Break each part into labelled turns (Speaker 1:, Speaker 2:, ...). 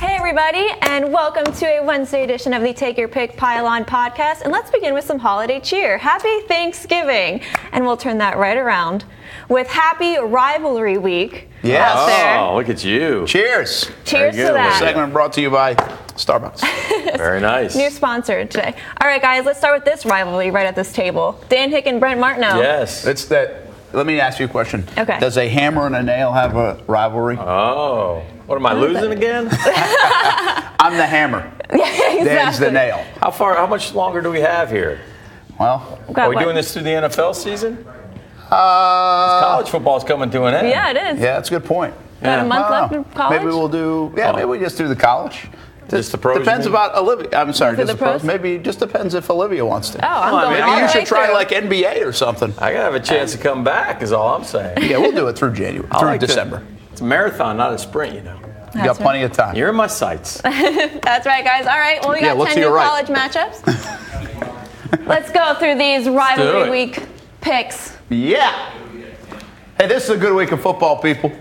Speaker 1: everybody, and welcome to a Wednesday edition of the Take Your Pick Pile On podcast. And let's begin with some holiday cheer. Happy Thanksgiving! And we'll turn that right around with Happy Rivalry Week
Speaker 2: Yes.
Speaker 1: out there.
Speaker 3: Oh, look at you.
Speaker 2: Cheers.
Speaker 1: Cheers
Speaker 3: very
Speaker 1: to
Speaker 3: good.
Speaker 1: that.
Speaker 2: Segment brought to you by Starbucks.
Speaker 3: Very nice.
Speaker 1: New sponsor today. All right, guys, let's start with this rivalry right at this table Dan Hick and Brent Martineau.
Speaker 3: Yes.
Speaker 2: it's that. Let me ask you a question.
Speaker 1: Okay.
Speaker 2: Does a hammer and a nail have a rivalry?
Speaker 3: Oh. What am I losing again?
Speaker 2: I'm the hammer.
Speaker 1: exactly.
Speaker 2: Dan's the nail.
Speaker 3: How far? How much longer do we have here?
Speaker 2: Well,
Speaker 1: Got
Speaker 3: Are we
Speaker 1: one.
Speaker 3: doing this through the NFL season?
Speaker 2: uh,
Speaker 3: College football's coming to an end.
Speaker 1: Yeah, it is.
Speaker 2: yeah, that's a good point.
Speaker 1: About a month
Speaker 2: I
Speaker 1: left
Speaker 2: don't
Speaker 1: in
Speaker 2: know.
Speaker 1: college.
Speaker 2: Maybe we'll do. Yeah,
Speaker 3: Oh.
Speaker 2: maybe we just do the college.
Speaker 3: Just the pros, you
Speaker 2: Depends
Speaker 3: mean?
Speaker 2: about Olivia. I'm sorry,
Speaker 1: Just
Speaker 2: just
Speaker 1: the
Speaker 2: the pros.
Speaker 1: pros?
Speaker 2: Maybe it just depends if Olivia wants to.
Speaker 1: Oh, I'm
Speaker 3: Come on,
Speaker 1: going
Speaker 3: man.
Speaker 1: all
Speaker 2: maybe you
Speaker 1: the way
Speaker 2: should try
Speaker 1: through.
Speaker 2: like NBA or something.
Speaker 3: I gotta have a chance to come back. Is all I'm saying.
Speaker 2: Yeah, we'll do it through January,
Speaker 3: I
Speaker 2: through
Speaker 3: like to-
Speaker 2: December.
Speaker 3: it's a marathon, not a sprint. You know.
Speaker 2: You got plenty of time.
Speaker 3: You're in my sights.
Speaker 1: That's right, guys. All right, well, we
Speaker 2: Yeah,
Speaker 1: got
Speaker 2: look
Speaker 1: 10
Speaker 2: to
Speaker 1: new
Speaker 2: your right.
Speaker 1: college matchups. Let's go through these rivalry
Speaker 3: it.
Speaker 1: week picks.
Speaker 2: Yeah. Hey, this is a good week of football, people.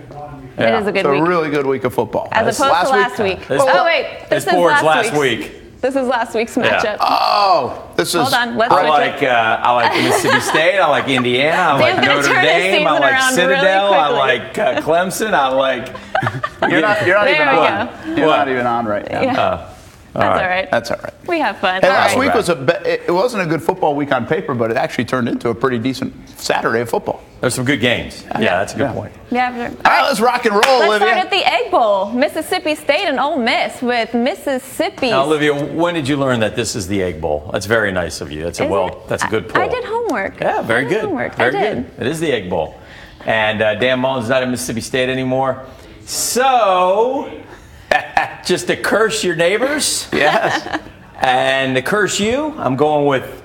Speaker 3: Yeah.
Speaker 1: It is a good
Speaker 2: it's
Speaker 1: week.
Speaker 2: a really good week of football.
Speaker 1: As opposed to last week.
Speaker 3: This-
Speaker 1: oh, wait. This
Speaker 3: This
Speaker 1: is last,
Speaker 3: board's last
Speaker 1: week's.
Speaker 3: week. Uh,
Speaker 1: This is last week's matchup.
Speaker 2: Oh, this is.
Speaker 1: Hold on, let's
Speaker 3: I
Speaker 1: switch it.
Speaker 3: like uh, I like Mississippi State. I like Indiana. I
Speaker 1: Dan's
Speaker 3: like
Speaker 1: gonna
Speaker 3: Notre
Speaker 1: turn his
Speaker 3: Dame. I
Speaker 1: season
Speaker 3: like
Speaker 1: around really
Speaker 3: Citadel. I
Speaker 1: quickly.
Speaker 3: like uh, Clemson. I like.
Speaker 2: You're not, you're not
Speaker 1: There
Speaker 2: even
Speaker 1: we
Speaker 2: on.
Speaker 1: go.
Speaker 2: You're
Speaker 3: What?
Speaker 2: not even on right now.
Speaker 1: Yeah,
Speaker 3: all
Speaker 1: that's
Speaker 3: right.
Speaker 1: all right.
Speaker 2: That's all right.
Speaker 1: we have fun.
Speaker 2: Hey,
Speaker 1: all
Speaker 2: last
Speaker 1: right.
Speaker 2: week was a be- it it wasn't a good football week on paper, but it actually turned into a pretty decent Saturday of football.
Speaker 3: There's some good games. Yeah, that's a good
Speaker 2: Yeah.
Speaker 3: point.
Speaker 1: Yeah, sure.
Speaker 2: All right, let's rock and roll,
Speaker 1: Let's
Speaker 2: Olivia.
Speaker 1: start at the Egg Bowl. Mississippi State and Ole Miss with Mississippi.
Speaker 3: Now, Olivia, when did you learn that this is the Egg Bowl? That's very nice of you. That's a
Speaker 1: Is
Speaker 3: well.
Speaker 1: it?
Speaker 3: That's a good
Speaker 1: I-
Speaker 3: poll.
Speaker 1: I did homework.
Speaker 3: Yeah, very
Speaker 1: I did
Speaker 3: good.
Speaker 1: homework. I
Speaker 3: Very
Speaker 1: did.
Speaker 3: good. It is the Egg Bowl, and uh, Dan Mullen's not in Mississippi State anymore. So, just to curse your neighbors
Speaker 2: yes.
Speaker 3: and to curse you, I'm going with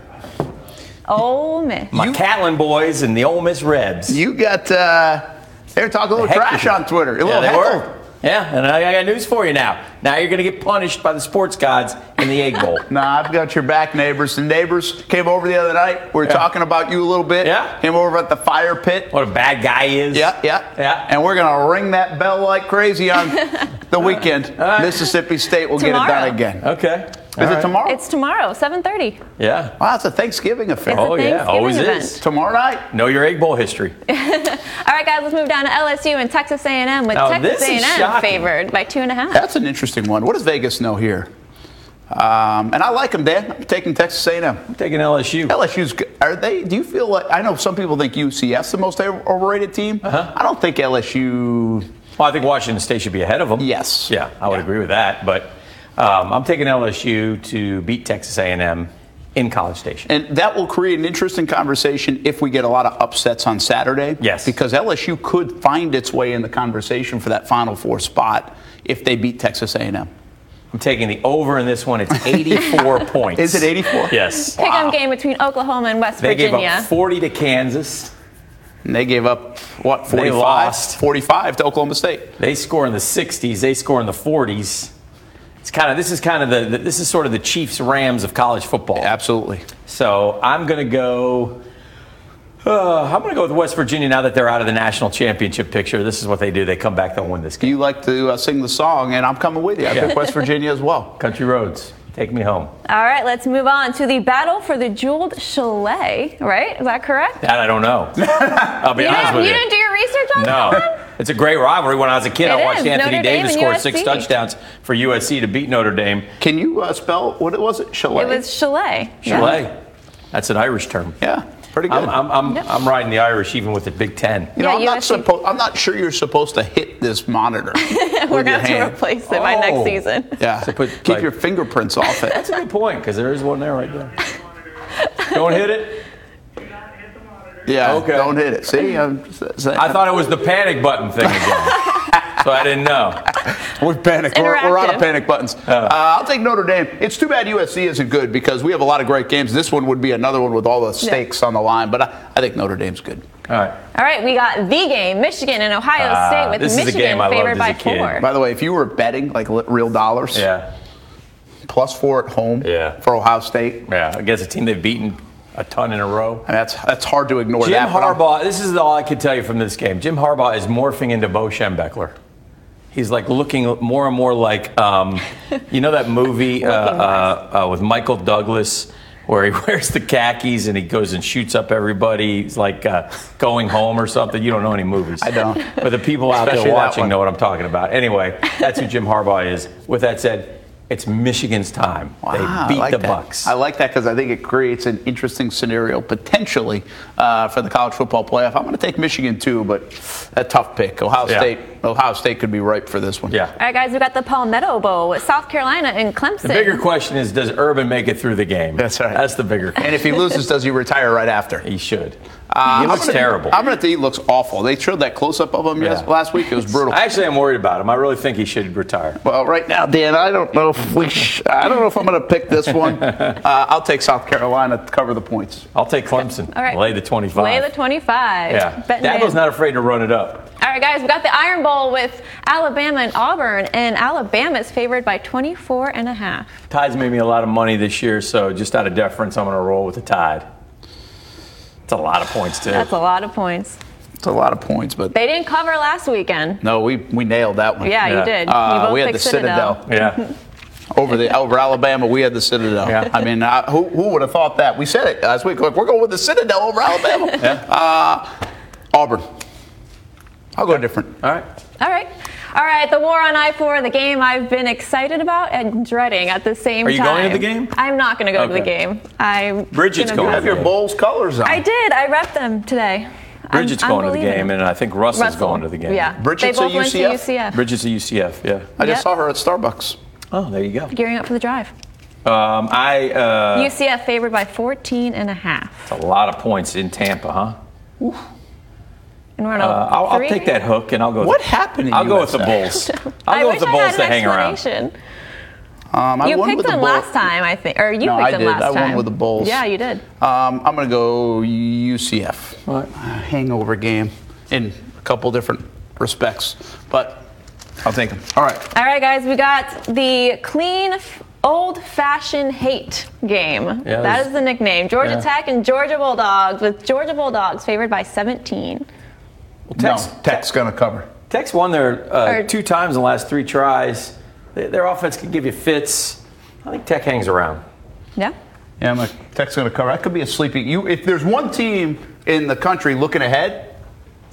Speaker 1: Ole Miss.
Speaker 3: my Catlin boys and the Ole Miss Rebs.
Speaker 2: You got. Uh, they were talking a little
Speaker 3: Heck
Speaker 2: trash
Speaker 3: yeah.
Speaker 2: on Twitter. A
Speaker 3: yeah,
Speaker 2: little
Speaker 3: they
Speaker 2: heckle.
Speaker 3: were. Yeah, and I, I got news for you now. Now you're going to get punished by the sports gods in the Egg Bowl.
Speaker 2: Nah, I've got your back, neighbors. The neighbors came over the other night. We were talking about you a little bit.
Speaker 3: Yeah.
Speaker 2: Came over at the fire pit.
Speaker 3: what a bad guy he is.
Speaker 2: Yeah, yeah,
Speaker 3: Yeah.
Speaker 2: And we're gonna ring that bell like crazy on the weekend.
Speaker 3: right.
Speaker 2: Mississippi State will get
Speaker 1: Tomorrow.
Speaker 2: it done again.
Speaker 3: Okay.
Speaker 2: Is it tomorrow?
Speaker 1: It's tomorrow, 7.30.
Speaker 3: Yeah.
Speaker 2: wow, it's a Thanksgiving affair.
Speaker 1: It's a
Speaker 3: Oh, yeah,
Speaker 1: Thanksgiving
Speaker 3: always
Speaker 1: event.
Speaker 3: is.
Speaker 2: tomorrow night.
Speaker 3: Know your Egg Bowl history.
Speaker 1: All right, guys, let's move down to LSU and Texas A&M with
Speaker 3: Now,
Speaker 1: Texas
Speaker 3: this is
Speaker 1: A&M
Speaker 3: shocking.
Speaker 1: favored by two and a half.
Speaker 2: That's an interesting one. What does Vegas know here? Um, and I like them, Dan. I'm taking Texas A&M.
Speaker 3: Taking LSU.
Speaker 2: LSU's good. are they? Do you feel like I know some people think UCF's the most overrated team? Uh-huh. I don't think LSU.
Speaker 3: Well, I think Washington State should be ahead of them.
Speaker 2: Yes.
Speaker 3: Yeah, I would
Speaker 2: Yeah.
Speaker 3: agree with that. But um, I'm taking LSU to beat Texas A&M in College Station.
Speaker 2: And that will create an interesting conversation if we get a lot of upsets on Saturday.
Speaker 3: Yes.
Speaker 2: Because LSU could find its way in the conversation for that Final Four spot if they beat Texas A&M.
Speaker 3: I'm taking the over in this one. It's 84 points.
Speaker 2: Is it 84?
Speaker 3: Yes.
Speaker 1: Pick 'em game between Oklahoma and West
Speaker 3: They gave
Speaker 1: Virginia.
Speaker 3: up 40 to Kansas.
Speaker 2: And they gave up what 45?
Speaker 3: lost.
Speaker 2: 45 to Oklahoma State.
Speaker 3: They score in the 60s. They score in the 40s. It's kind of this is kind of the, the this is sort of the Chiefs Rams of college football.
Speaker 2: Absolutely.
Speaker 3: So I'm going to go. Uh, I'm going to go with West Virginia now that they're out of the national championship picture. This is what they do. They come back, they'll win this game.
Speaker 2: You like to uh, sing the song, and I'm coming with you. I
Speaker 3: Yeah.
Speaker 2: picked West Virginia as well.
Speaker 3: Country roads, take me home.
Speaker 1: All right, let's move on to the battle for the jeweled chalet, right? Is that correct?
Speaker 3: That I don't know. I'll be
Speaker 1: you
Speaker 3: honest
Speaker 1: didn't,
Speaker 3: with
Speaker 1: you
Speaker 3: you.
Speaker 1: didn't do your research on that
Speaker 3: no,
Speaker 1: one?
Speaker 3: it's a great rivalry. When I was a kid,
Speaker 1: It
Speaker 3: I watched
Speaker 1: is.
Speaker 3: Anthony
Speaker 1: Notre Dame
Speaker 3: Davis
Speaker 1: and
Speaker 3: score six
Speaker 1: USC.
Speaker 3: touchdowns for USC to beat Notre Dame.
Speaker 2: Can you uh, spell what it was? It chalet.
Speaker 1: It was chalet. yeah.
Speaker 3: Chalet, that's an Irish term.
Speaker 2: Yeah, pretty good.
Speaker 3: I'm, I'm, I'm,
Speaker 1: Yep.
Speaker 3: I'm riding the Irish even with the Big Ten.
Speaker 2: you know,
Speaker 1: Yeah,
Speaker 2: I'm not
Speaker 1: USC.
Speaker 2: supposed. I'm not sure you're supposed to hit this monitor.
Speaker 1: We're
Speaker 2: with your
Speaker 1: going to
Speaker 2: hand.
Speaker 1: have to replace it by next
Speaker 3: Oh.
Speaker 1: season.
Speaker 2: Yeah.
Speaker 3: So put,
Speaker 2: Keep
Speaker 3: like-
Speaker 2: your fingerprints off it.
Speaker 3: That's a good point because there is one there right there. Don't hit it.
Speaker 2: Yeah.
Speaker 3: Okay.
Speaker 2: Don't hit it. See, I'm just saying.
Speaker 3: I thought it was the panic button thing again. so I didn't know.
Speaker 2: we panic. We're, we're out
Speaker 1: Interactive.
Speaker 2: of panic buttons.
Speaker 3: Oh.
Speaker 2: Uh, I'll take Notre Dame. It's too bad USC isn't good because we have a lot of great games. This one would be another one with all the stakes on the line. But I, I think Notre Dame's good.
Speaker 3: All right.
Speaker 1: All right, we got the game, Michigan and Ohio
Speaker 3: Ah,
Speaker 1: State with
Speaker 3: this is a
Speaker 1: Michigan
Speaker 3: game I loved
Speaker 1: favored
Speaker 3: as
Speaker 1: by
Speaker 3: a kid.
Speaker 1: four.
Speaker 2: By the way, if you were betting like li- real dollars,
Speaker 3: Yeah.
Speaker 2: plus four at home
Speaker 3: Yeah.
Speaker 2: for Ohio State.
Speaker 3: Yeah. Against a team they've beaten a ton in a row.
Speaker 2: And that's that's hard to ignore.
Speaker 3: Jim
Speaker 2: that, but I'm-
Speaker 3: Harbaugh, this is all I can tell you from this game. Jim Harbaugh is morphing into Bo Schembechler. He's like looking more and more like, um, you know that movie uh,
Speaker 1: Looking
Speaker 3: uh, uh, with Michael Douglas where he wears the khakis and he goes and shoots up everybody. He's like uh, going home or something. You don't know any movies. I
Speaker 2: don't.
Speaker 3: But the people out
Speaker 2: Especially
Speaker 3: there
Speaker 2: that
Speaker 3: watching
Speaker 2: one.
Speaker 3: know what I'm talking about. Anyway, that's who Jim Harbaugh is. With that said, it's Michigan's time.
Speaker 2: Wow,
Speaker 3: they
Speaker 2: I
Speaker 3: beat
Speaker 2: like
Speaker 3: the
Speaker 2: that.
Speaker 3: Bucks.
Speaker 2: I like that because I think it creates an interesting scenario potentially uh, for the college football playoff. I'm going to take Michigan too, but a tough pick. Ohio
Speaker 3: Yeah.
Speaker 2: State. Ohio State could be ripe for this one.
Speaker 3: yeah.
Speaker 1: All right, guys, we got the Palmetto Bowl with South Carolina and Clemson.
Speaker 3: The bigger question is, does Urban make it through the game?
Speaker 2: That's right.
Speaker 3: That's the bigger question.
Speaker 2: And if he loses, does he retire right after?
Speaker 3: He should.
Speaker 2: Uh,
Speaker 3: he
Speaker 2: I'm
Speaker 3: looks
Speaker 2: gonna-
Speaker 3: terrible.
Speaker 2: I'm going to think he looks awful. They showed that close up of him yes,
Speaker 3: Yeah.
Speaker 2: last week. It was brutal.
Speaker 3: Actually, I'm worried about him. I really think he should retire.
Speaker 2: Well, right now, Dan, I don't know if we. Sh- I don't know if I'm going to pick this one. Uh, I'll take South Carolina to cover the points.
Speaker 3: I'll take Clemson.
Speaker 1: All right.
Speaker 3: Lay the 25.
Speaker 1: Lay the 25.
Speaker 3: yeah.
Speaker 1: Betting man.
Speaker 3: Dabo's not afraid to run it up.
Speaker 1: All right, guys, we got the Iron Bowl with Alabama and Auburn, and Alabama is favored by 24 and a half.
Speaker 3: Tide's made me a lot of money this year, so just out of deference, I'm going to roll with the Tide. It's a lot of points, too.
Speaker 1: That's a lot of points.
Speaker 2: It's a lot of points, but
Speaker 1: They didn't cover last weekend.
Speaker 2: no, we we nailed that one.
Speaker 1: Yeah,
Speaker 3: Yeah.
Speaker 1: you did. you
Speaker 2: Uh,
Speaker 1: both
Speaker 2: we had
Speaker 1: picked
Speaker 2: the Citadel,
Speaker 3: yeah.
Speaker 2: over the over Alabama. We had the Citadel.
Speaker 3: Yeah.
Speaker 2: I mean, I, who, who would have thought that? We said it last week. Look, we're going with the Citadel over Alabama. uh, Auburn. I'll go different.
Speaker 3: All right.
Speaker 1: All right. All right, the war on I 4, the game I've been excited about and dreading at the same time.
Speaker 3: Are you going to the game?
Speaker 1: I'm not going to go to the
Speaker 3: Okay.
Speaker 1: game. I'm
Speaker 3: Bridget's
Speaker 1: gonna be-
Speaker 3: going.
Speaker 2: Have your Bulls colors on.
Speaker 1: I did. I repped them today. I'm-
Speaker 3: Bridget's
Speaker 1: I'm
Speaker 3: going to the
Speaker 1: believing.
Speaker 3: game, and I think Russell's
Speaker 1: Russell.
Speaker 3: going to the game.
Speaker 1: Yeah.
Speaker 2: Bridget's
Speaker 1: they
Speaker 2: a
Speaker 1: both went to
Speaker 2: UCF?
Speaker 1: UCF.
Speaker 3: Bridget's a UCF, yeah.
Speaker 2: I just
Speaker 1: Yep.
Speaker 2: saw her at Starbucks.
Speaker 3: Oh, there you go.
Speaker 1: Gearing up for the drive.
Speaker 3: Um, I, uh,
Speaker 1: UCF favored by 14 and a half.
Speaker 3: a lot of points in Tampa, huh?
Speaker 1: And we're on a
Speaker 3: Uh, I'll, I'll
Speaker 1: three?
Speaker 3: take that hook and I'll go. with-
Speaker 2: What happened to
Speaker 3: I'll go with the
Speaker 2: USA?
Speaker 3: Bulls.
Speaker 1: I
Speaker 3: I'll go
Speaker 1: wish
Speaker 3: with the
Speaker 1: I
Speaker 3: Bulls
Speaker 1: had
Speaker 3: to
Speaker 1: an
Speaker 3: hang around.
Speaker 1: explanation.
Speaker 2: Um, I
Speaker 1: You
Speaker 2: won
Speaker 1: picked
Speaker 2: with the
Speaker 1: them
Speaker 2: Bull-
Speaker 1: last time, I think. Or you
Speaker 2: No,
Speaker 1: picked
Speaker 2: I
Speaker 1: them
Speaker 2: did.
Speaker 1: last
Speaker 2: I
Speaker 1: time.
Speaker 2: won with the Bulls.
Speaker 1: Yeah, you did.
Speaker 2: Um, I'm going to go UCF.
Speaker 3: All right.
Speaker 2: Uh, hangover game in a couple different respects, but I'll take them. All right.
Speaker 1: All right, guys, we got the clean, f- old fashioned hate game.
Speaker 3: Yeah,
Speaker 1: that
Speaker 3: there's-
Speaker 1: is the nickname. Georgia
Speaker 3: yeah.
Speaker 1: Tech and Georgia Bulldogs, with Georgia Bulldogs favored by 17.
Speaker 3: Tex-
Speaker 2: no, Tech's going to cover.
Speaker 3: Tech's won their
Speaker 1: Or-
Speaker 3: uh, two times in the last three tries. Th- Their offense can give you fits. I think Tech hangs around.
Speaker 1: Yeah?
Speaker 2: Yeah, I'm like, Tech's going to cover. That could be a sleepy. You, if there's one team in the country looking ahead,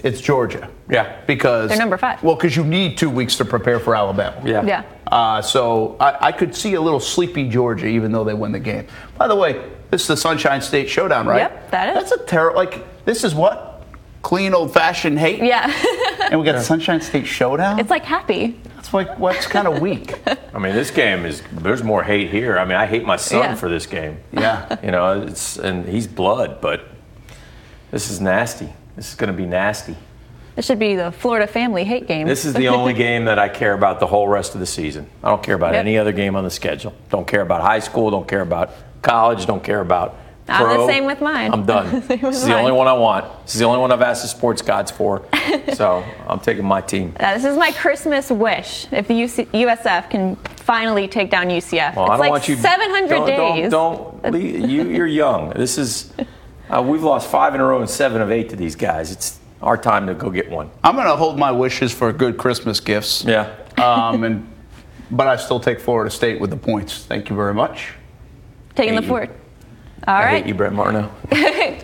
Speaker 2: it's Georgia.
Speaker 3: Yeah.
Speaker 2: because
Speaker 1: They're number five.
Speaker 2: Well, because you need two weeks to prepare for Alabama.
Speaker 3: Yeah.
Speaker 1: Yeah.
Speaker 2: Uh, so I, I could see a little sleepy Georgia, even though they win the game. By the way, this is the Sunshine State Showdown, right?
Speaker 1: Yep, that is.
Speaker 2: That's a terrible. Like this is what clean old-fashioned hate.
Speaker 1: Yeah.
Speaker 2: And we got the Sunshine State Showdown.
Speaker 1: it's like happy.
Speaker 2: That's like what's kind of weak.
Speaker 3: I mean, this game is. There's more hate here. I mean, I hate my son
Speaker 1: Yeah.
Speaker 3: for this game.
Speaker 2: yeah.
Speaker 3: You know, it's and he's blood, but this is nasty. This is going to be nasty.
Speaker 1: This should be the Florida family hate game.
Speaker 3: This is the only game that I care about the whole rest of the season. I don't care about
Speaker 1: Yep.
Speaker 3: any other game on the schedule. Don't care about high school. Don't care about college. Don't care about
Speaker 1: I'm Ah, the
Speaker 3: pro.
Speaker 1: same with mine.
Speaker 3: I'm done.
Speaker 1: Same with
Speaker 3: this is the only
Speaker 1: mine.
Speaker 3: one I want. This is the only one I've asked the sports gods for. so I'm taking my team.
Speaker 1: Uh, this is my Christmas wish. If the UC- USF can finally take down UCF, it's
Speaker 3: Well, I don't
Speaker 1: like
Speaker 3: want you.
Speaker 1: 700
Speaker 3: don't,
Speaker 1: days.
Speaker 3: Don't, don't leave- you. You're young. This is. Uh, we've lost five in a row and seven of eight to these guys. It's our time to go get one.
Speaker 2: I'm gonna hold my wishes for good Christmas gifts.
Speaker 3: Yeah.
Speaker 2: Um, and but I still take Florida State with the points. Thank you very much.
Speaker 1: Taking the
Speaker 3: Hate you.
Speaker 1: fort. All
Speaker 3: I
Speaker 1: right.
Speaker 3: hate you, Brett Martineau.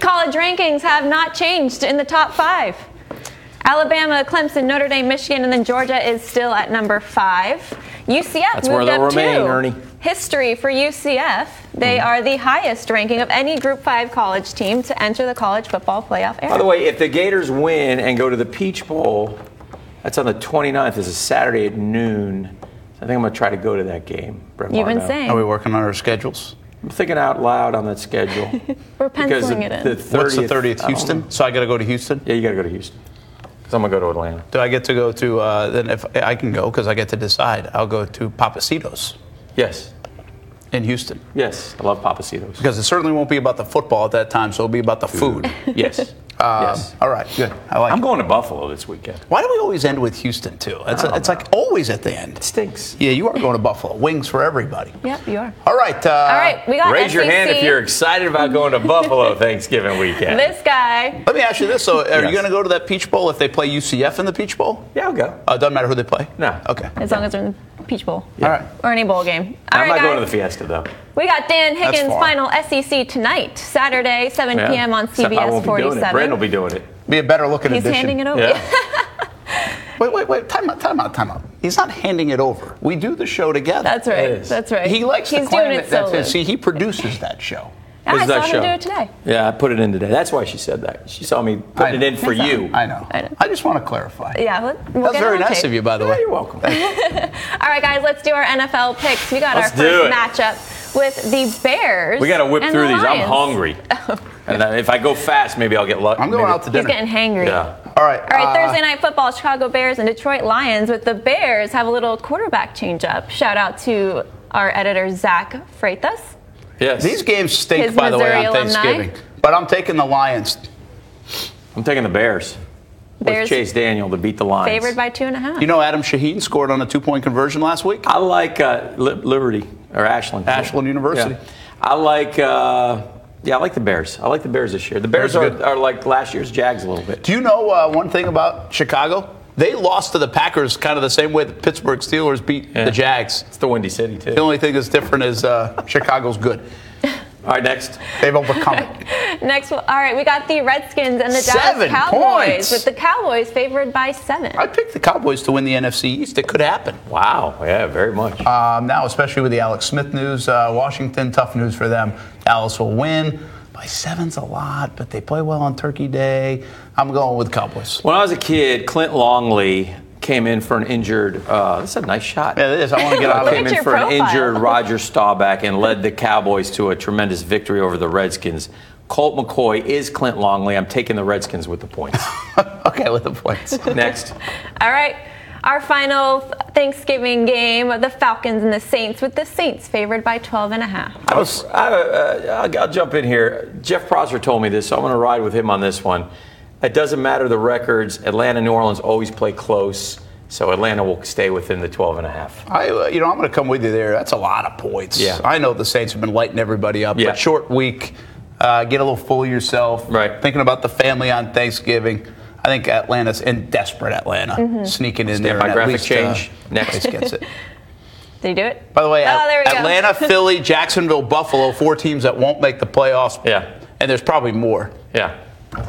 Speaker 1: College rankings have not changed in the top five. Alabama, Clemson, Notre Dame, Michigan, and then Georgia is still at number five. UCF
Speaker 3: That's where
Speaker 1: moved
Speaker 3: they'll
Speaker 1: up
Speaker 3: remain,
Speaker 1: too.
Speaker 3: Ernie. Mm-hmm.
Speaker 1: History for UCF. They are the highest ranking of any Group Five college team to enter the college football playoff era.
Speaker 3: By the way, if the Gators win and go to the Peach Bowl, that's on the 29th. It's a Saturday at noon. I think I'm going to try to go to that game. Brett
Speaker 1: You've been
Speaker 3: Martineau.
Speaker 1: saying
Speaker 2: Are we working on our schedules?
Speaker 3: I'm thinking out loud on that schedule.
Speaker 1: we're
Speaker 3: Oh, because
Speaker 1: penciling
Speaker 3: the-
Speaker 1: it in.
Speaker 3: the
Speaker 2: What's the
Speaker 3: 30th?
Speaker 2: 30th?
Speaker 3: I don't know.
Speaker 2: Houston. So I got to go to Houston.
Speaker 3: Yeah, you got to go to Houston. Because I'm going to go to Atlanta.
Speaker 2: Do I get to go to? Uh, then if I can go, because I get to decide, I'll go to Papacitos
Speaker 3: Yes.
Speaker 2: in Houston.
Speaker 3: Yes. I love Papacitos.
Speaker 2: Because it certainly won't be about the football at that time, so it'll be about the food.
Speaker 3: Yes.
Speaker 2: Um,
Speaker 3: Yes.
Speaker 2: All right. Good. I like.
Speaker 3: I'm
Speaker 2: it.
Speaker 3: going to Buffalo this weekend.
Speaker 2: Why do we always end with Houston too? It's,
Speaker 3: don't
Speaker 2: it's like always at the end.
Speaker 3: stinks.
Speaker 2: Yeah, you are going to Buffalo. Wings for everybody.
Speaker 1: Yep, you are.
Speaker 2: All right. Uh,
Speaker 1: All right, we got E
Speaker 3: Raise your hand if
Speaker 1: SEC.
Speaker 3: you're excited about going to Buffalo Thanksgiving weekend.
Speaker 1: This guy.
Speaker 2: Let me ask you this: though. Are you
Speaker 3: Yes.
Speaker 2: going to go to that Peach Bowl if they play UCF in the Peach Bowl?
Speaker 3: yeah, I'll go.
Speaker 2: Uh, doesn't matter who they play.
Speaker 3: No.
Speaker 2: Okay.
Speaker 1: As long as they're in the Peach Bowl.
Speaker 2: All right.
Speaker 1: Or any bowl game. All
Speaker 3: I'm
Speaker 1: right,
Speaker 3: not going to
Speaker 1: guys.
Speaker 3: the Fiesta though.
Speaker 1: We got Dan Higgins'
Speaker 2: far.
Speaker 1: final SEC tonight, Saturday, 7
Speaker 3: Yeah.
Speaker 1: p.m. on
Speaker 3: Except I
Speaker 1: CBS
Speaker 3: won't be doing it.
Speaker 1: 47.
Speaker 3: Brandon will be doing it.
Speaker 2: Be a better looking
Speaker 1: He's
Speaker 2: addition.
Speaker 1: handing it over.
Speaker 3: Yeah.
Speaker 2: Wait, wait, wait. Time out. Time out. Time out. He's not handing it over. We do the show together.
Speaker 1: That's right.
Speaker 3: It is.
Speaker 1: That's right.
Speaker 2: He likes
Speaker 1: He's
Speaker 2: to claim
Speaker 1: doing
Speaker 2: that
Speaker 1: it
Speaker 2: that's
Speaker 1: solo.
Speaker 2: his. See, he produces that show.
Speaker 1: Yeah, I
Speaker 3: This is
Speaker 1: saw
Speaker 3: our
Speaker 1: him
Speaker 3: show.
Speaker 1: do it today.
Speaker 3: Yeah, I put it in today. That's why she said that. She saw me
Speaker 2: I
Speaker 3: putting it
Speaker 2: know.
Speaker 3: in for you.
Speaker 2: I know.
Speaker 1: I know.
Speaker 2: I just want to clarify.
Speaker 1: Yeah, let- we'll
Speaker 2: That's
Speaker 1: get it
Speaker 2: very
Speaker 1: on
Speaker 2: nice
Speaker 1: tape.
Speaker 2: of you, by the
Speaker 3: Yeah,
Speaker 2: way.
Speaker 3: you're welcome.
Speaker 1: All right, guys, let's do our NFL picks. We got
Speaker 3: Let's
Speaker 1: our
Speaker 3: do
Speaker 1: first
Speaker 3: it.
Speaker 1: matchup with the Bears.
Speaker 3: We got to whip
Speaker 1: and
Speaker 3: through
Speaker 1: the
Speaker 3: these. I'm
Speaker 1: Lions.
Speaker 3: hungry. and then if I go fast, maybe I'll get lucky.
Speaker 2: I'm going
Speaker 3: maybe.
Speaker 2: out to
Speaker 1: He's
Speaker 2: dinner.
Speaker 1: getting hangry.
Speaker 3: Yeah.
Speaker 2: All right.
Speaker 1: All right,
Speaker 2: uh,
Speaker 1: Thursday night football, Chicago Bears and Detroit Lions with the Bears have a little quarterback change up. Shout out to our editor, Zach Freitas.
Speaker 3: Yes.
Speaker 2: These games stink,
Speaker 1: His
Speaker 2: by the way,
Speaker 1: Missouri
Speaker 2: on
Speaker 1: alumni.
Speaker 2: Thanksgiving. But I'm taking the Lions.
Speaker 3: I'm taking the Bears.
Speaker 1: Bears
Speaker 3: With Chase Daniel to beat the Lions.
Speaker 1: favored by two and a half.
Speaker 2: You know, Adam Shaheen scored on a two-point conversion last week.
Speaker 3: I like uh, Li- Liberty or Ashland.
Speaker 2: Ashland University.
Speaker 3: Yeah. I like. Uh, yeah, I like the Bears. I like the Bears this year. The Bears,
Speaker 2: Bears are good.
Speaker 3: are, are like last year's Jags a little bit.
Speaker 2: Do you know uh, one thing about Chicago? They lost to the Packers kind of the same way the Pittsburgh Steelers beat
Speaker 3: Yeah.
Speaker 2: the Jags.
Speaker 3: It's the Windy City too.
Speaker 2: The only thing that's different is uh, Chicago's good.
Speaker 3: All right, next.
Speaker 2: They've overcome it.
Speaker 1: Next, all right, we got the Redskins and the
Speaker 2: Seven
Speaker 1: Dallas Cowboys
Speaker 2: points.
Speaker 1: with the Cowboys favored by seven.
Speaker 2: I picked the Cowboys to win the NFC East. It could happen.
Speaker 3: Wow. Yeah, very much.
Speaker 2: Um, now, especially with the Alex Smith news, uh, Washington, tough news for them. Dallas will win by seven's a lot, but they play well on Turkey Day. I'm going with Cowboys.
Speaker 3: When I was a kid, Clint Longley came in for an injured. Uh, that's a nice shot.
Speaker 2: Yeah, it is. I want to get out of
Speaker 3: came
Speaker 1: Look at
Speaker 2: it.
Speaker 3: in
Speaker 1: your
Speaker 3: for an
Speaker 1: profile.
Speaker 3: injured Roger Staubach and led the Cowboys to a tremendous victory over the Redskins. Colt McCoy is Clint Longley. I'm taking the Redskins with the points.
Speaker 2: Okay, with the points.
Speaker 3: Next.
Speaker 1: All right, our final Thanksgiving game, the Falcons and the Saints with the Saints favored by 12 and a half.
Speaker 2: I was,
Speaker 3: I, uh, I'll, I'll jump in here. Jeff Prosser told me this, so I'm going to ride with him on this one. It doesn't matter the records. Atlanta and New Orleans always play close, so Atlanta will stay within the 12 and a half.
Speaker 2: I, uh, you know, I'm going to come with you there. That's a lot of points.
Speaker 3: Yeah.
Speaker 2: I know the Saints have been lighting everybody up,
Speaker 3: Yeah.
Speaker 2: but short week. Uh, get a little full of yourself.
Speaker 3: Right.
Speaker 2: Thinking about the family on Thanksgiving. I think Atlanta's in desperate Atlanta,
Speaker 1: Mm-hmm.
Speaker 2: sneaking in there.
Speaker 3: by
Speaker 2: and at
Speaker 3: graphic
Speaker 2: least,
Speaker 3: change.
Speaker 2: Uh, Next
Speaker 3: Next.
Speaker 2: gets it.
Speaker 1: Did you do it?
Speaker 2: By the way,
Speaker 1: oh,
Speaker 2: At-
Speaker 1: there we go.
Speaker 2: Atlanta, Philly, Jacksonville, Buffalo, four teams that won't make the playoffs.
Speaker 3: Yeah.
Speaker 2: And there's probably more.
Speaker 3: Yeah.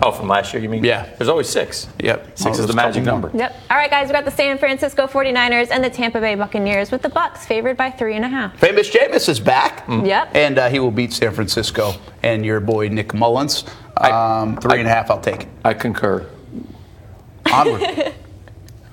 Speaker 3: Oh, from last year, you mean?
Speaker 2: Yeah.
Speaker 3: There's always six.
Speaker 2: Yep.
Speaker 3: Six
Speaker 2: Oh,
Speaker 3: is
Speaker 2: there's
Speaker 3: the
Speaker 2: a couple
Speaker 3: magic
Speaker 2: more.
Speaker 3: number.
Speaker 1: Yep. All right, guys, we got the San Francisco 49ers and the Tampa Bay Buccaneers with the Bucks favored by three and a half.
Speaker 2: Famous Jameis is back.
Speaker 3: Mm.
Speaker 1: Yep.
Speaker 2: And uh, he will beat San Francisco and your boy Nick Mullins. Um, three and a half, I'll take it.
Speaker 3: I concur.
Speaker 2: Onward.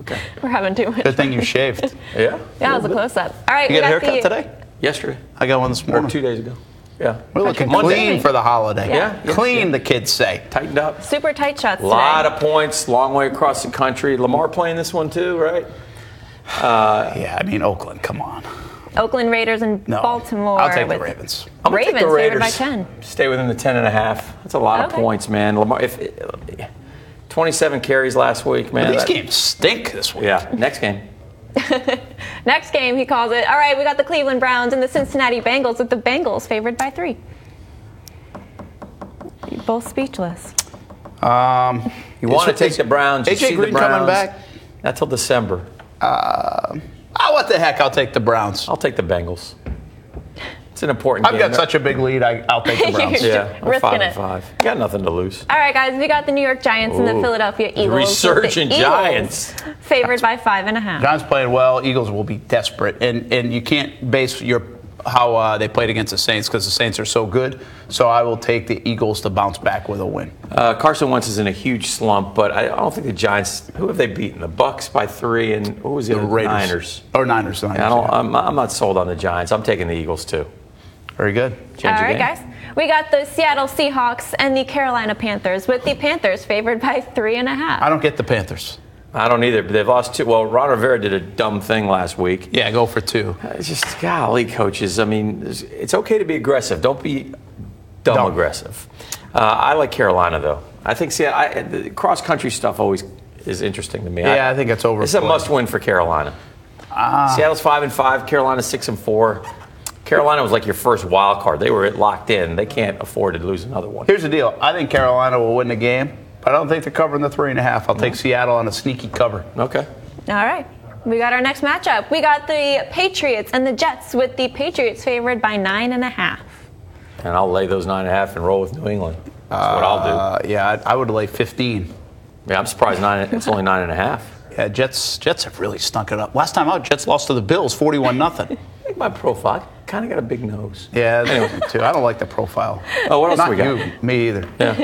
Speaker 3: Okay.
Speaker 1: We're having too much.
Speaker 2: Good thing you shaved.
Speaker 3: Yeah.
Speaker 1: That was a close up. All right,
Speaker 2: You
Speaker 1: we
Speaker 2: got a
Speaker 1: got
Speaker 2: haircut
Speaker 1: the,
Speaker 2: today?
Speaker 3: Yesterday
Speaker 2: I got one this
Speaker 3: or
Speaker 2: morning.
Speaker 3: two days ago. Yeah.
Speaker 2: We're looking
Speaker 3: Monday.
Speaker 2: clean for the holiday.
Speaker 3: Yeah. Yeah.
Speaker 2: Clean, the kids say.
Speaker 3: Tightened up.
Speaker 1: Super tight shots
Speaker 3: A lot
Speaker 1: today.
Speaker 3: of points, long way across the country. Lamar playing this one too, right?
Speaker 2: Yeah, I mean, Oakland, come on.
Speaker 1: Oakland Raiders and
Speaker 2: No.
Speaker 1: Baltimore.
Speaker 2: I'll take the
Speaker 1: with
Speaker 2: Ravens.
Speaker 3: I'm gonna
Speaker 1: Ravens
Speaker 3: take
Speaker 1: favored
Speaker 3: the Raiders.
Speaker 1: by 10.
Speaker 3: Stay within the 10 and a half. That's a lot of
Speaker 1: Okay.
Speaker 3: points, man. Lamar, if 27 carries last week, man.
Speaker 2: These
Speaker 3: that-
Speaker 2: games stink this week.
Speaker 3: Yeah. Next game.
Speaker 1: Next game, he calls it. All right, we got the Cleveland Browns and the Cincinnati Bengals with the Bengals favored by three. You're both speechless.
Speaker 2: Um,
Speaker 3: You want to
Speaker 2: is-
Speaker 3: take
Speaker 2: is
Speaker 3: the Browns. You
Speaker 2: AJ
Speaker 3: see
Speaker 2: Green
Speaker 3: the
Speaker 2: coming
Speaker 3: Browns.
Speaker 2: back?
Speaker 3: Not till December.
Speaker 2: Ah, what the heck? I'll take the Browns.
Speaker 3: I'll take the Bengals. It's an important
Speaker 2: I've
Speaker 3: game.
Speaker 2: got such a big lead. I, I'll take the Browns.
Speaker 1: You're
Speaker 3: yeah, I'm
Speaker 1: risking
Speaker 3: five
Speaker 1: it.
Speaker 3: and five. I got nothing to lose.
Speaker 1: All right, guys, we got the New York Giants and the
Speaker 3: Ooh.
Speaker 1: Philadelphia Eagles. with the
Speaker 3: Resurgent
Speaker 1: Eagles
Speaker 3: Giants.
Speaker 1: Favored by five and a half.
Speaker 2: John's playing well. Eagles will be desperate, and and you can't base your how uh, they played against the Saints because the Saints are so good. So I will take the Eagles to bounce back with a win.
Speaker 3: Uh, Carson Wentz is in a huge slump, but I don't think the Giants. Who have they beaten? The Bucks by three, and who was the,
Speaker 2: The
Speaker 3: other?
Speaker 2: Raiders
Speaker 3: Niners.
Speaker 2: or Niners. Niners
Speaker 3: I don't, uh,
Speaker 2: yeah.
Speaker 3: I'm, I'm not sold on the Giants. I'm taking the Eagles too.
Speaker 2: Very good.
Speaker 1: All
Speaker 3: Change your
Speaker 1: right,
Speaker 3: game.
Speaker 1: guys. We got the Seattle Seahawks and the Carolina Panthers, with the Panthers favored by three and a
Speaker 2: I
Speaker 1: half.
Speaker 2: don't get the Panthers.
Speaker 3: I don't either. But they've lost two. Well, Ron Rivera did a dumb thing last week.
Speaker 2: Yeah, go for two.
Speaker 3: It's just golly, coaches. I mean, it's- it's okay to be aggressive. Don't be dumb,
Speaker 2: Dumb.
Speaker 3: aggressive. Uh, I like Carolina though. I think see, I, the cross country stuff always is interesting to me.
Speaker 2: Yeah, I think it's
Speaker 3: It's a
Speaker 2: overplayed.
Speaker 3: must win for Carolina. Seattle's five and five. Carolina's six and four. Carolina was like your first wild card. They were it locked in. They can't afford to lose another one.
Speaker 2: Here's the deal. I think Carolina will win the game, but I don't think they're covering the three and a half. I'll take Seattle on a sneaky cover.
Speaker 3: Okay.
Speaker 1: All right. We got our next matchup. We got the Patriots and the Jets with the Patriots favored by nine and a half.
Speaker 3: And I'll lay those nine and a half and roll with New England. That's what I'll
Speaker 2: Uh, yeah, I, I would lay 15.
Speaker 3: do. Yeah, I'm surprised nine. It's only nine and a half.
Speaker 2: Yeah, Jets. Jets have really stunk it up. Last time out, Jets lost to the Bills, 41 nothing.
Speaker 3: I think my profile kind of got a big nose.
Speaker 2: Yeah, anyway, too. I don't like the profile.
Speaker 3: Oh, what else
Speaker 2: Not
Speaker 3: we got?
Speaker 2: you, me either.
Speaker 3: Yeah.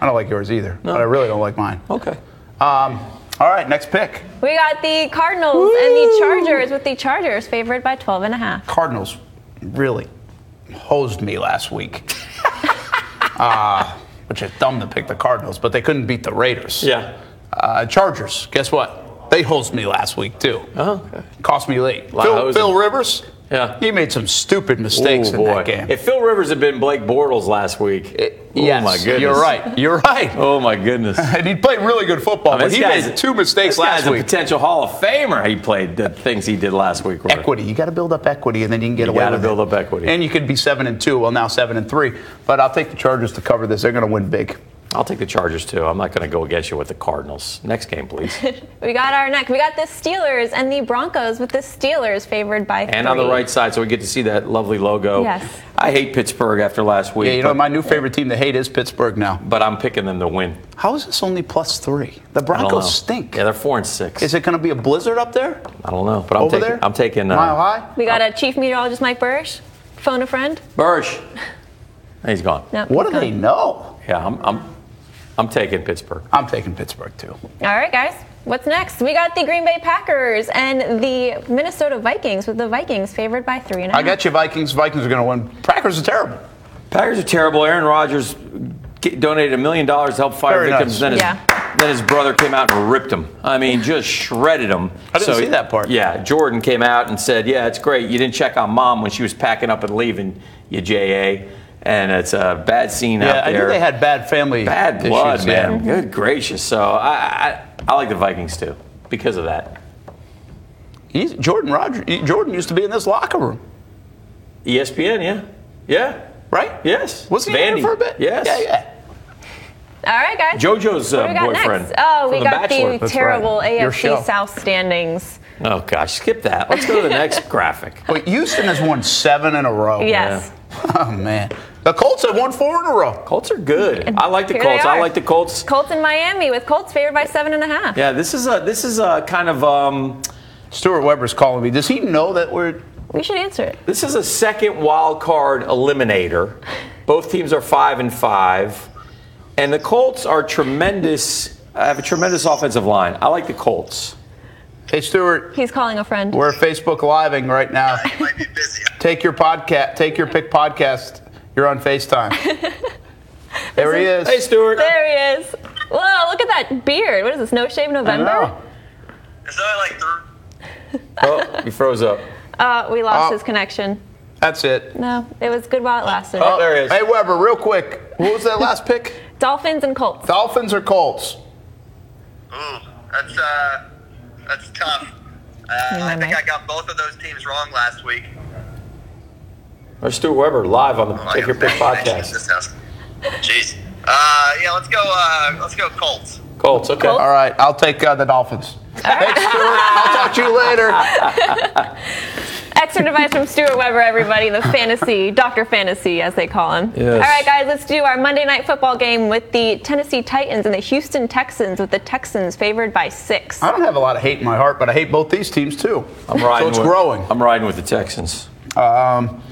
Speaker 2: I don't like yours either. But I really don't like mine.
Speaker 3: Okay.
Speaker 2: Um, all right, next pick.
Speaker 1: We got the Cardinals and the Chargers with the Chargers favored by 12 and a half.
Speaker 2: Cardinals really hosed me last week. uh, which is dumb to pick the Cardinals, but they couldn't beat the Raiders.
Speaker 3: Yeah.
Speaker 2: Uh, Chargers, guess what? They hosed me last week too.
Speaker 3: Oh. Okay.
Speaker 2: Cost me late.
Speaker 3: Lot of
Speaker 2: Phil,
Speaker 3: hosing.
Speaker 2: Phil Rivers.
Speaker 3: Yeah.
Speaker 2: He made some stupid mistakes
Speaker 3: Ooh,
Speaker 2: in
Speaker 3: boy.
Speaker 2: that game.
Speaker 3: If Phil Rivers had been Blake Bortles last week, oh
Speaker 2: yes,
Speaker 3: my goodness.
Speaker 2: you're right. You're right.
Speaker 3: Oh my goodness. I
Speaker 2: And he played really good football,
Speaker 3: mean,
Speaker 2: but
Speaker 3: Oh, this
Speaker 2: he
Speaker 3: guy's-
Speaker 2: made two mistakes
Speaker 3: this guy's
Speaker 2: last week.
Speaker 3: a potential Hall of Famer. He played the things he did last week. Roy.
Speaker 2: equity. You got to build up equity, and then you can get
Speaker 3: You
Speaker 2: away
Speaker 3: gotta
Speaker 2: with
Speaker 3: build
Speaker 2: it.
Speaker 3: up equity.
Speaker 2: And you could be seven and two. Well, now seven and three. But I'll take the Chargers to cover this. They're going to win big.
Speaker 3: I'll take the Chargers too. I'm not going to go against you with the Cardinals. Next game, please.
Speaker 1: We got our neck. We got the Steelers and the Broncos with the Steelers favored by
Speaker 3: And on the
Speaker 1: three.
Speaker 3: right side, so we get to see that lovely logo.
Speaker 1: Yes.
Speaker 3: I hate Pittsburgh after last week.
Speaker 2: Yeah, you know
Speaker 3: but,
Speaker 2: my new favorite team to hate is Pittsburgh now.
Speaker 3: but I'm picking them to win.
Speaker 2: How is this only plus three? The
Speaker 3: I don't know.
Speaker 2: Broncos stink.
Speaker 3: Yeah, they're four and six.
Speaker 2: is it going to be a blizzard up there?
Speaker 3: I don't know, but I'm
Speaker 2: Over
Speaker 3: taking.
Speaker 2: there?
Speaker 3: I'm taking. Uh,
Speaker 2: Mile high.
Speaker 1: We got a chief meteorologist, Mike Burrish. Phone a friend.
Speaker 3: Burge. He's gone.
Speaker 1: No.
Speaker 2: What do
Speaker 1: he's
Speaker 2: they
Speaker 1: gone.
Speaker 2: know?
Speaker 3: Yeah, I'm. I'm. I'm taking Pittsburgh.
Speaker 2: I'm taking Pittsburgh too.
Speaker 1: All right, guys. What's next? We got the Green Bay Packers and the Minnesota Vikings with the Vikings favored by three and a half.
Speaker 2: I got you, Vikings. Vikings are going to win. Packers are terrible.
Speaker 3: Packers are terrible. Aaron Rodgers g- donated a million dollars to help fire
Speaker 2: Very nice.
Speaker 3: victims. Then, his,
Speaker 1: Yeah.
Speaker 3: then his brother came out and ripped him. I mean, just shredded him.
Speaker 2: I didn't see that part.
Speaker 3: Yeah, Jordan came out and said, "Yeah, it's great. You didn't check on mom when she was packing up and leaving, you JA." And it's a bad scene
Speaker 2: Yeah,
Speaker 3: out
Speaker 2: I
Speaker 3: there.
Speaker 2: knew they had bad family
Speaker 3: bad
Speaker 2: issues,
Speaker 3: blood, man.
Speaker 2: yeah.
Speaker 3: Good gracious. So I, I I like the Vikings too because of that.
Speaker 2: He's, Jordan Rogers. Jordan used to be in this locker room,
Speaker 3: ESPN, yeah, yeah,
Speaker 2: right?
Speaker 3: yes.
Speaker 2: Was he in
Speaker 3: Vandy.
Speaker 2: there for a bit?
Speaker 3: Yes.
Speaker 2: Yeah, yeah.
Speaker 1: All right, guys.
Speaker 3: JoJo's
Speaker 1: What
Speaker 3: uh,
Speaker 1: do we got
Speaker 3: boyfriend.
Speaker 1: next? Oh,
Speaker 3: from
Speaker 1: we
Speaker 3: the
Speaker 1: got
Speaker 3: Bachelor.
Speaker 1: the
Speaker 2: That's
Speaker 1: terrible
Speaker 2: right. Your show.
Speaker 1: AFC South standings.
Speaker 3: Oh gosh, skip that. Let's go to the next graphic.
Speaker 2: But Houston has won seven in a row.
Speaker 1: Yes.
Speaker 2: Oh man. The Colts have won four in a row.
Speaker 3: Colts are good. I like the
Speaker 1: Here they
Speaker 3: Colts. I
Speaker 1: are.
Speaker 3: like the Colts.
Speaker 1: Colts in Miami with Colts favored by seven and a half.
Speaker 3: Yeah, this is a this is a kind of um,
Speaker 2: Stuart Weber's calling me. Does he know that we're?
Speaker 1: We should answer it.
Speaker 3: this is a second wild card eliminator. Both teams are five and five, and the Colts are tremendous. uh, Have a tremendous offensive line. I like the Colts.
Speaker 2: Hey Stuart,
Speaker 1: He's calling a friend.
Speaker 2: we're Facebook living right now.
Speaker 4: You might be busy.
Speaker 2: Take your podcast. Take your pick podcast. You're on Facetime. there he is.
Speaker 3: Hey, Stuart.
Speaker 1: There he is. Whoa, look at that beard. What is this? No Shave
Speaker 2: I
Speaker 1: November?
Speaker 2: know.
Speaker 4: It's only like three.
Speaker 3: Oh, he froze up.
Speaker 1: Uh, we lost
Speaker 2: Oh.
Speaker 1: his connection.
Speaker 2: That's it.
Speaker 1: No, it was good while it lasted.
Speaker 3: Oh, there he is.
Speaker 2: Hey Weber, real quick. What was that last pick?
Speaker 1: Dolphins and Colts.
Speaker 2: Dolphins or Colts?
Speaker 4: Ooh, that's uh, that's tough. Uh,
Speaker 1: Yeah,
Speaker 4: I think
Speaker 1: Mike.
Speaker 4: I got both of those teams wrong last week.
Speaker 3: There's Stuart Weber live on the
Speaker 4: Oh,
Speaker 3: Take
Speaker 4: I
Speaker 3: Your
Speaker 4: got
Speaker 3: Pick
Speaker 4: bad connections
Speaker 3: podcast.
Speaker 4: this house. Jeez. Uh, yeah, let's go. Uh, let's go Colts.
Speaker 3: Colts. Okay.
Speaker 1: Colts.
Speaker 2: All right, I'll take uh, the Dolphins. Thanks, Stuart. I'll talk to you later.
Speaker 1: Extra device from Stuart Weber, everybody. The fantasy, Dr. Fantasy, as they call him.
Speaker 3: Yes.
Speaker 1: All right, guys, let's do our Monday night football game with the Tennessee Titans and the Houston Texans, with the Texans favored by six.
Speaker 2: I don't have a lot of hate in my heart, but I hate both these teams too.
Speaker 3: I'm riding
Speaker 2: so it's
Speaker 3: with,
Speaker 2: growing.
Speaker 3: I'm riding with the Texans.
Speaker 2: Um,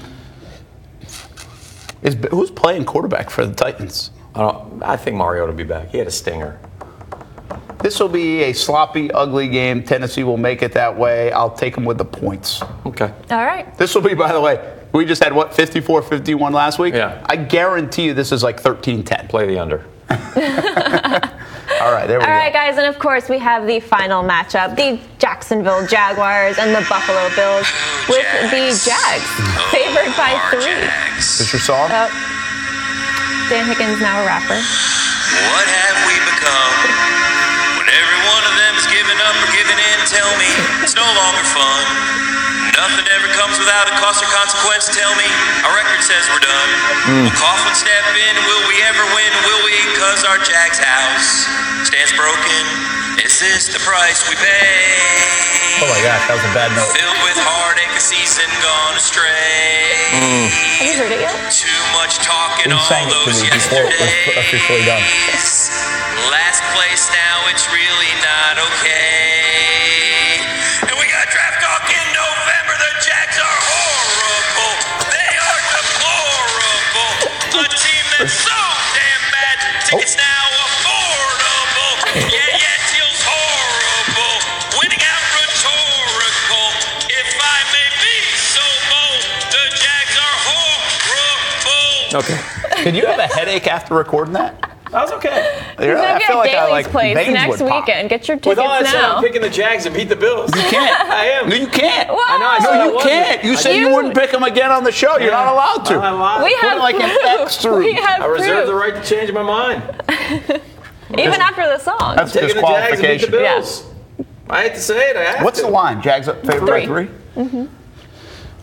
Speaker 2: is who's playing quarterback for the Titans?
Speaker 3: I don't. I think Mario will be back. He had a stinger.
Speaker 2: This will be a sloppy, ugly game. Tennessee will make it that way. I'll take them with the points.
Speaker 3: Okay.
Speaker 1: All right.
Speaker 2: This will be, by the way, we just had what 54-51 last week.
Speaker 3: Yeah.
Speaker 2: I guarantee you, this is like 13-10.
Speaker 3: Play the under.
Speaker 2: Oh, All right, there we
Speaker 1: All
Speaker 2: go.
Speaker 1: right, guys, and of course we have the final matchup: the Jacksonville Jaguars and the Buffalo Bills, with the Jags favored by
Speaker 4: Our
Speaker 1: three.
Speaker 2: Is
Speaker 4: Jags.
Speaker 2: this your song?
Speaker 1: Oh, Dan Higgins now a rapper.
Speaker 4: What have we become? When every one of them is giving up or giving in, tell me it's no longer fun. Nothing ever comes without a cost or consequence. Tell me our record says we're done.
Speaker 2: Hmm.
Speaker 4: Will Coughlin step in? Will we ever win? Will we? Cause our Jags house stands broken. Is this the price we pay?
Speaker 2: Oh my gosh, that was a bad note.
Speaker 4: Filled with heartache, a season gone astray.
Speaker 2: Hmm.
Speaker 1: Have you heard it yet?
Speaker 4: Too much talking
Speaker 2: He sang it to
Speaker 4: all those
Speaker 2: me before it was put-
Speaker 4: yesterdays.
Speaker 2: officially done.
Speaker 4: Last place now, it's really not okay. And we got draft talk in November. The Jags are horrible. They are deplorable. A team that's so damn bad. Tickets now affordable. Yeah, yeah, Teal's horrible. Winning out rhetorical. If I may be so bold, the Jags are horrible.
Speaker 3: Okay.
Speaker 2: Did you have a headache after recording that?
Speaker 3: That was okay.
Speaker 2: You know, I
Speaker 1: Go
Speaker 2: feel like I
Speaker 1: Daly's
Speaker 2: like
Speaker 1: place
Speaker 2: veins
Speaker 1: next
Speaker 2: would pop.
Speaker 1: weekend. Get your
Speaker 3: With
Speaker 1: tickets
Speaker 3: all that said,
Speaker 1: now.
Speaker 3: I'm picking the Jags and beat the Bills.
Speaker 2: You can't.
Speaker 3: I am.
Speaker 2: No, you can't.
Speaker 1: Whoa.
Speaker 3: I know. I
Speaker 1: No,
Speaker 3: said I
Speaker 2: No, you
Speaker 3: wasn't.
Speaker 2: can't. You
Speaker 3: I
Speaker 2: said
Speaker 3: did.
Speaker 2: you
Speaker 1: You-
Speaker 2: wouldn't pick them again on the show. You're not allowed to.
Speaker 3: Not allowed.
Speaker 1: we have
Speaker 2: like an
Speaker 1: proof.
Speaker 2: X through.
Speaker 1: We have
Speaker 3: I
Speaker 1: proof.
Speaker 3: reserve the right to change my mind.
Speaker 1: Even after the song.
Speaker 2: That's
Speaker 3: Taking the Jags and beat the
Speaker 2: disqualification.
Speaker 1: Yeah.
Speaker 3: Bills. I hate to say it. I have
Speaker 2: What's
Speaker 3: to.
Speaker 2: the line? Jags up favorite by
Speaker 1: Three. Mm-hmm.
Speaker 2: 3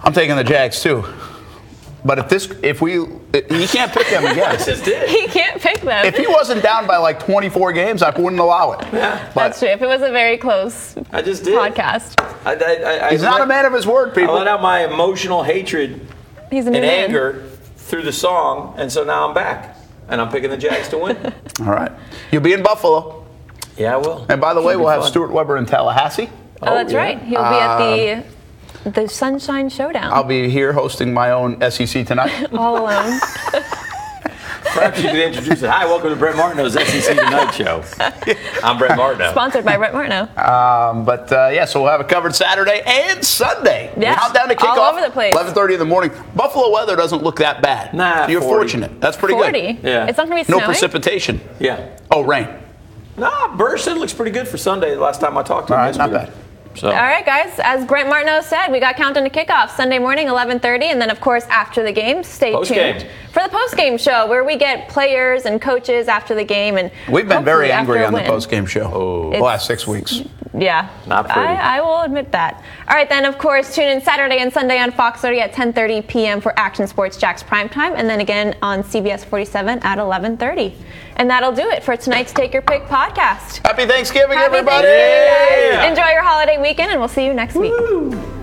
Speaker 2: I'm taking the Jags too. But if this, if we, you can't pick them again.
Speaker 3: This did.
Speaker 1: he can't pick them.
Speaker 2: if he wasn't down by like 24 games, I wouldn't allow it. Yeah,
Speaker 1: That's
Speaker 2: but
Speaker 1: true. If it was a very close
Speaker 3: I just did.
Speaker 1: podcast,
Speaker 3: I, I, I,
Speaker 2: he's
Speaker 3: I
Speaker 2: not
Speaker 3: let-
Speaker 2: a man of his word,
Speaker 3: I let
Speaker 2: people.
Speaker 3: out my emotional hatred
Speaker 1: he's a new
Speaker 3: and
Speaker 1: man.
Speaker 3: anger through the song, and so now I'm back, and I'm picking the Jags to win.
Speaker 2: All right, you'll be in Buffalo,
Speaker 3: yeah, I will.
Speaker 2: and by the way,
Speaker 3: Should be
Speaker 2: we'll have
Speaker 3: fun.
Speaker 2: Stuart Weber in Tallahassee.
Speaker 1: Oh, that's
Speaker 3: yeah.
Speaker 1: right. He'll be at the the Sunshine Showdown
Speaker 2: Um, I'll be here hosting my own SEC tonight.
Speaker 1: all alone.
Speaker 3: Perhaps you could introduce it. Hi, welcome to Brett Martineau's SEC Tonight Show. I'm Brett Martineau.
Speaker 1: Sponsored by Brett Martineau.
Speaker 2: Um, but uh, yeah, so we'll have it covered Saturday and Sunday.
Speaker 1: Yeah,
Speaker 2: Countdown to
Speaker 1: all
Speaker 2: kickoff.
Speaker 1: over the place.
Speaker 2: 11:30 in the morning. Buffalo weather doesn't look that bad.
Speaker 3: Nah,
Speaker 2: you're
Speaker 3: 40.
Speaker 2: fortunate. That's pretty
Speaker 1: Forty.
Speaker 2: good.
Speaker 3: Yeah.
Speaker 1: It's not gonna be
Speaker 2: No
Speaker 1: snowing.
Speaker 2: precipitation.
Speaker 3: Yeah.
Speaker 2: Oh, rain.
Speaker 3: Nah, Burr said it looks pretty good for Sunday. The last time I talked to him,
Speaker 2: All right,
Speaker 3: this
Speaker 2: not
Speaker 3: week.
Speaker 2: bad.
Speaker 3: So,
Speaker 1: All right, guys. As Brent Martineau said, we got countdown to kickoff Sunday morning, 11:30, and then of course after the game. Stay
Speaker 3: Post-game.
Speaker 1: tuned for the post-game show where we get players and coaches after the game, and
Speaker 2: We've been very
Speaker 1: hopefully after
Speaker 2: angry
Speaker 1: a
Speaker 2: on the
Speaker 1: win.
Speaker 2: post-game show the last six weeks.
Speaker 1: Yeah.
Speaker 3: Not pretty.
Speaker 1: I, I will admit that. All right, then, of course, tune in Saturday and Sunday on Fox 30 at 10.30 p.m. for Action Sports Jack's Primetime, and then again on CBS 47 at 11.30. And that'll do it for tonight's Take Your Pick podcast.
Speaker 2: Happy Thanksgiving,
Speaker 1: Happy
Speaker 2: everybody.
Speaker 1: Thanksgiving, guys.
Speaker 3: Yeah.
Speaker 1: Enjoy your holiday weekend, and we'll see you next week.
Speaker 3: Woo.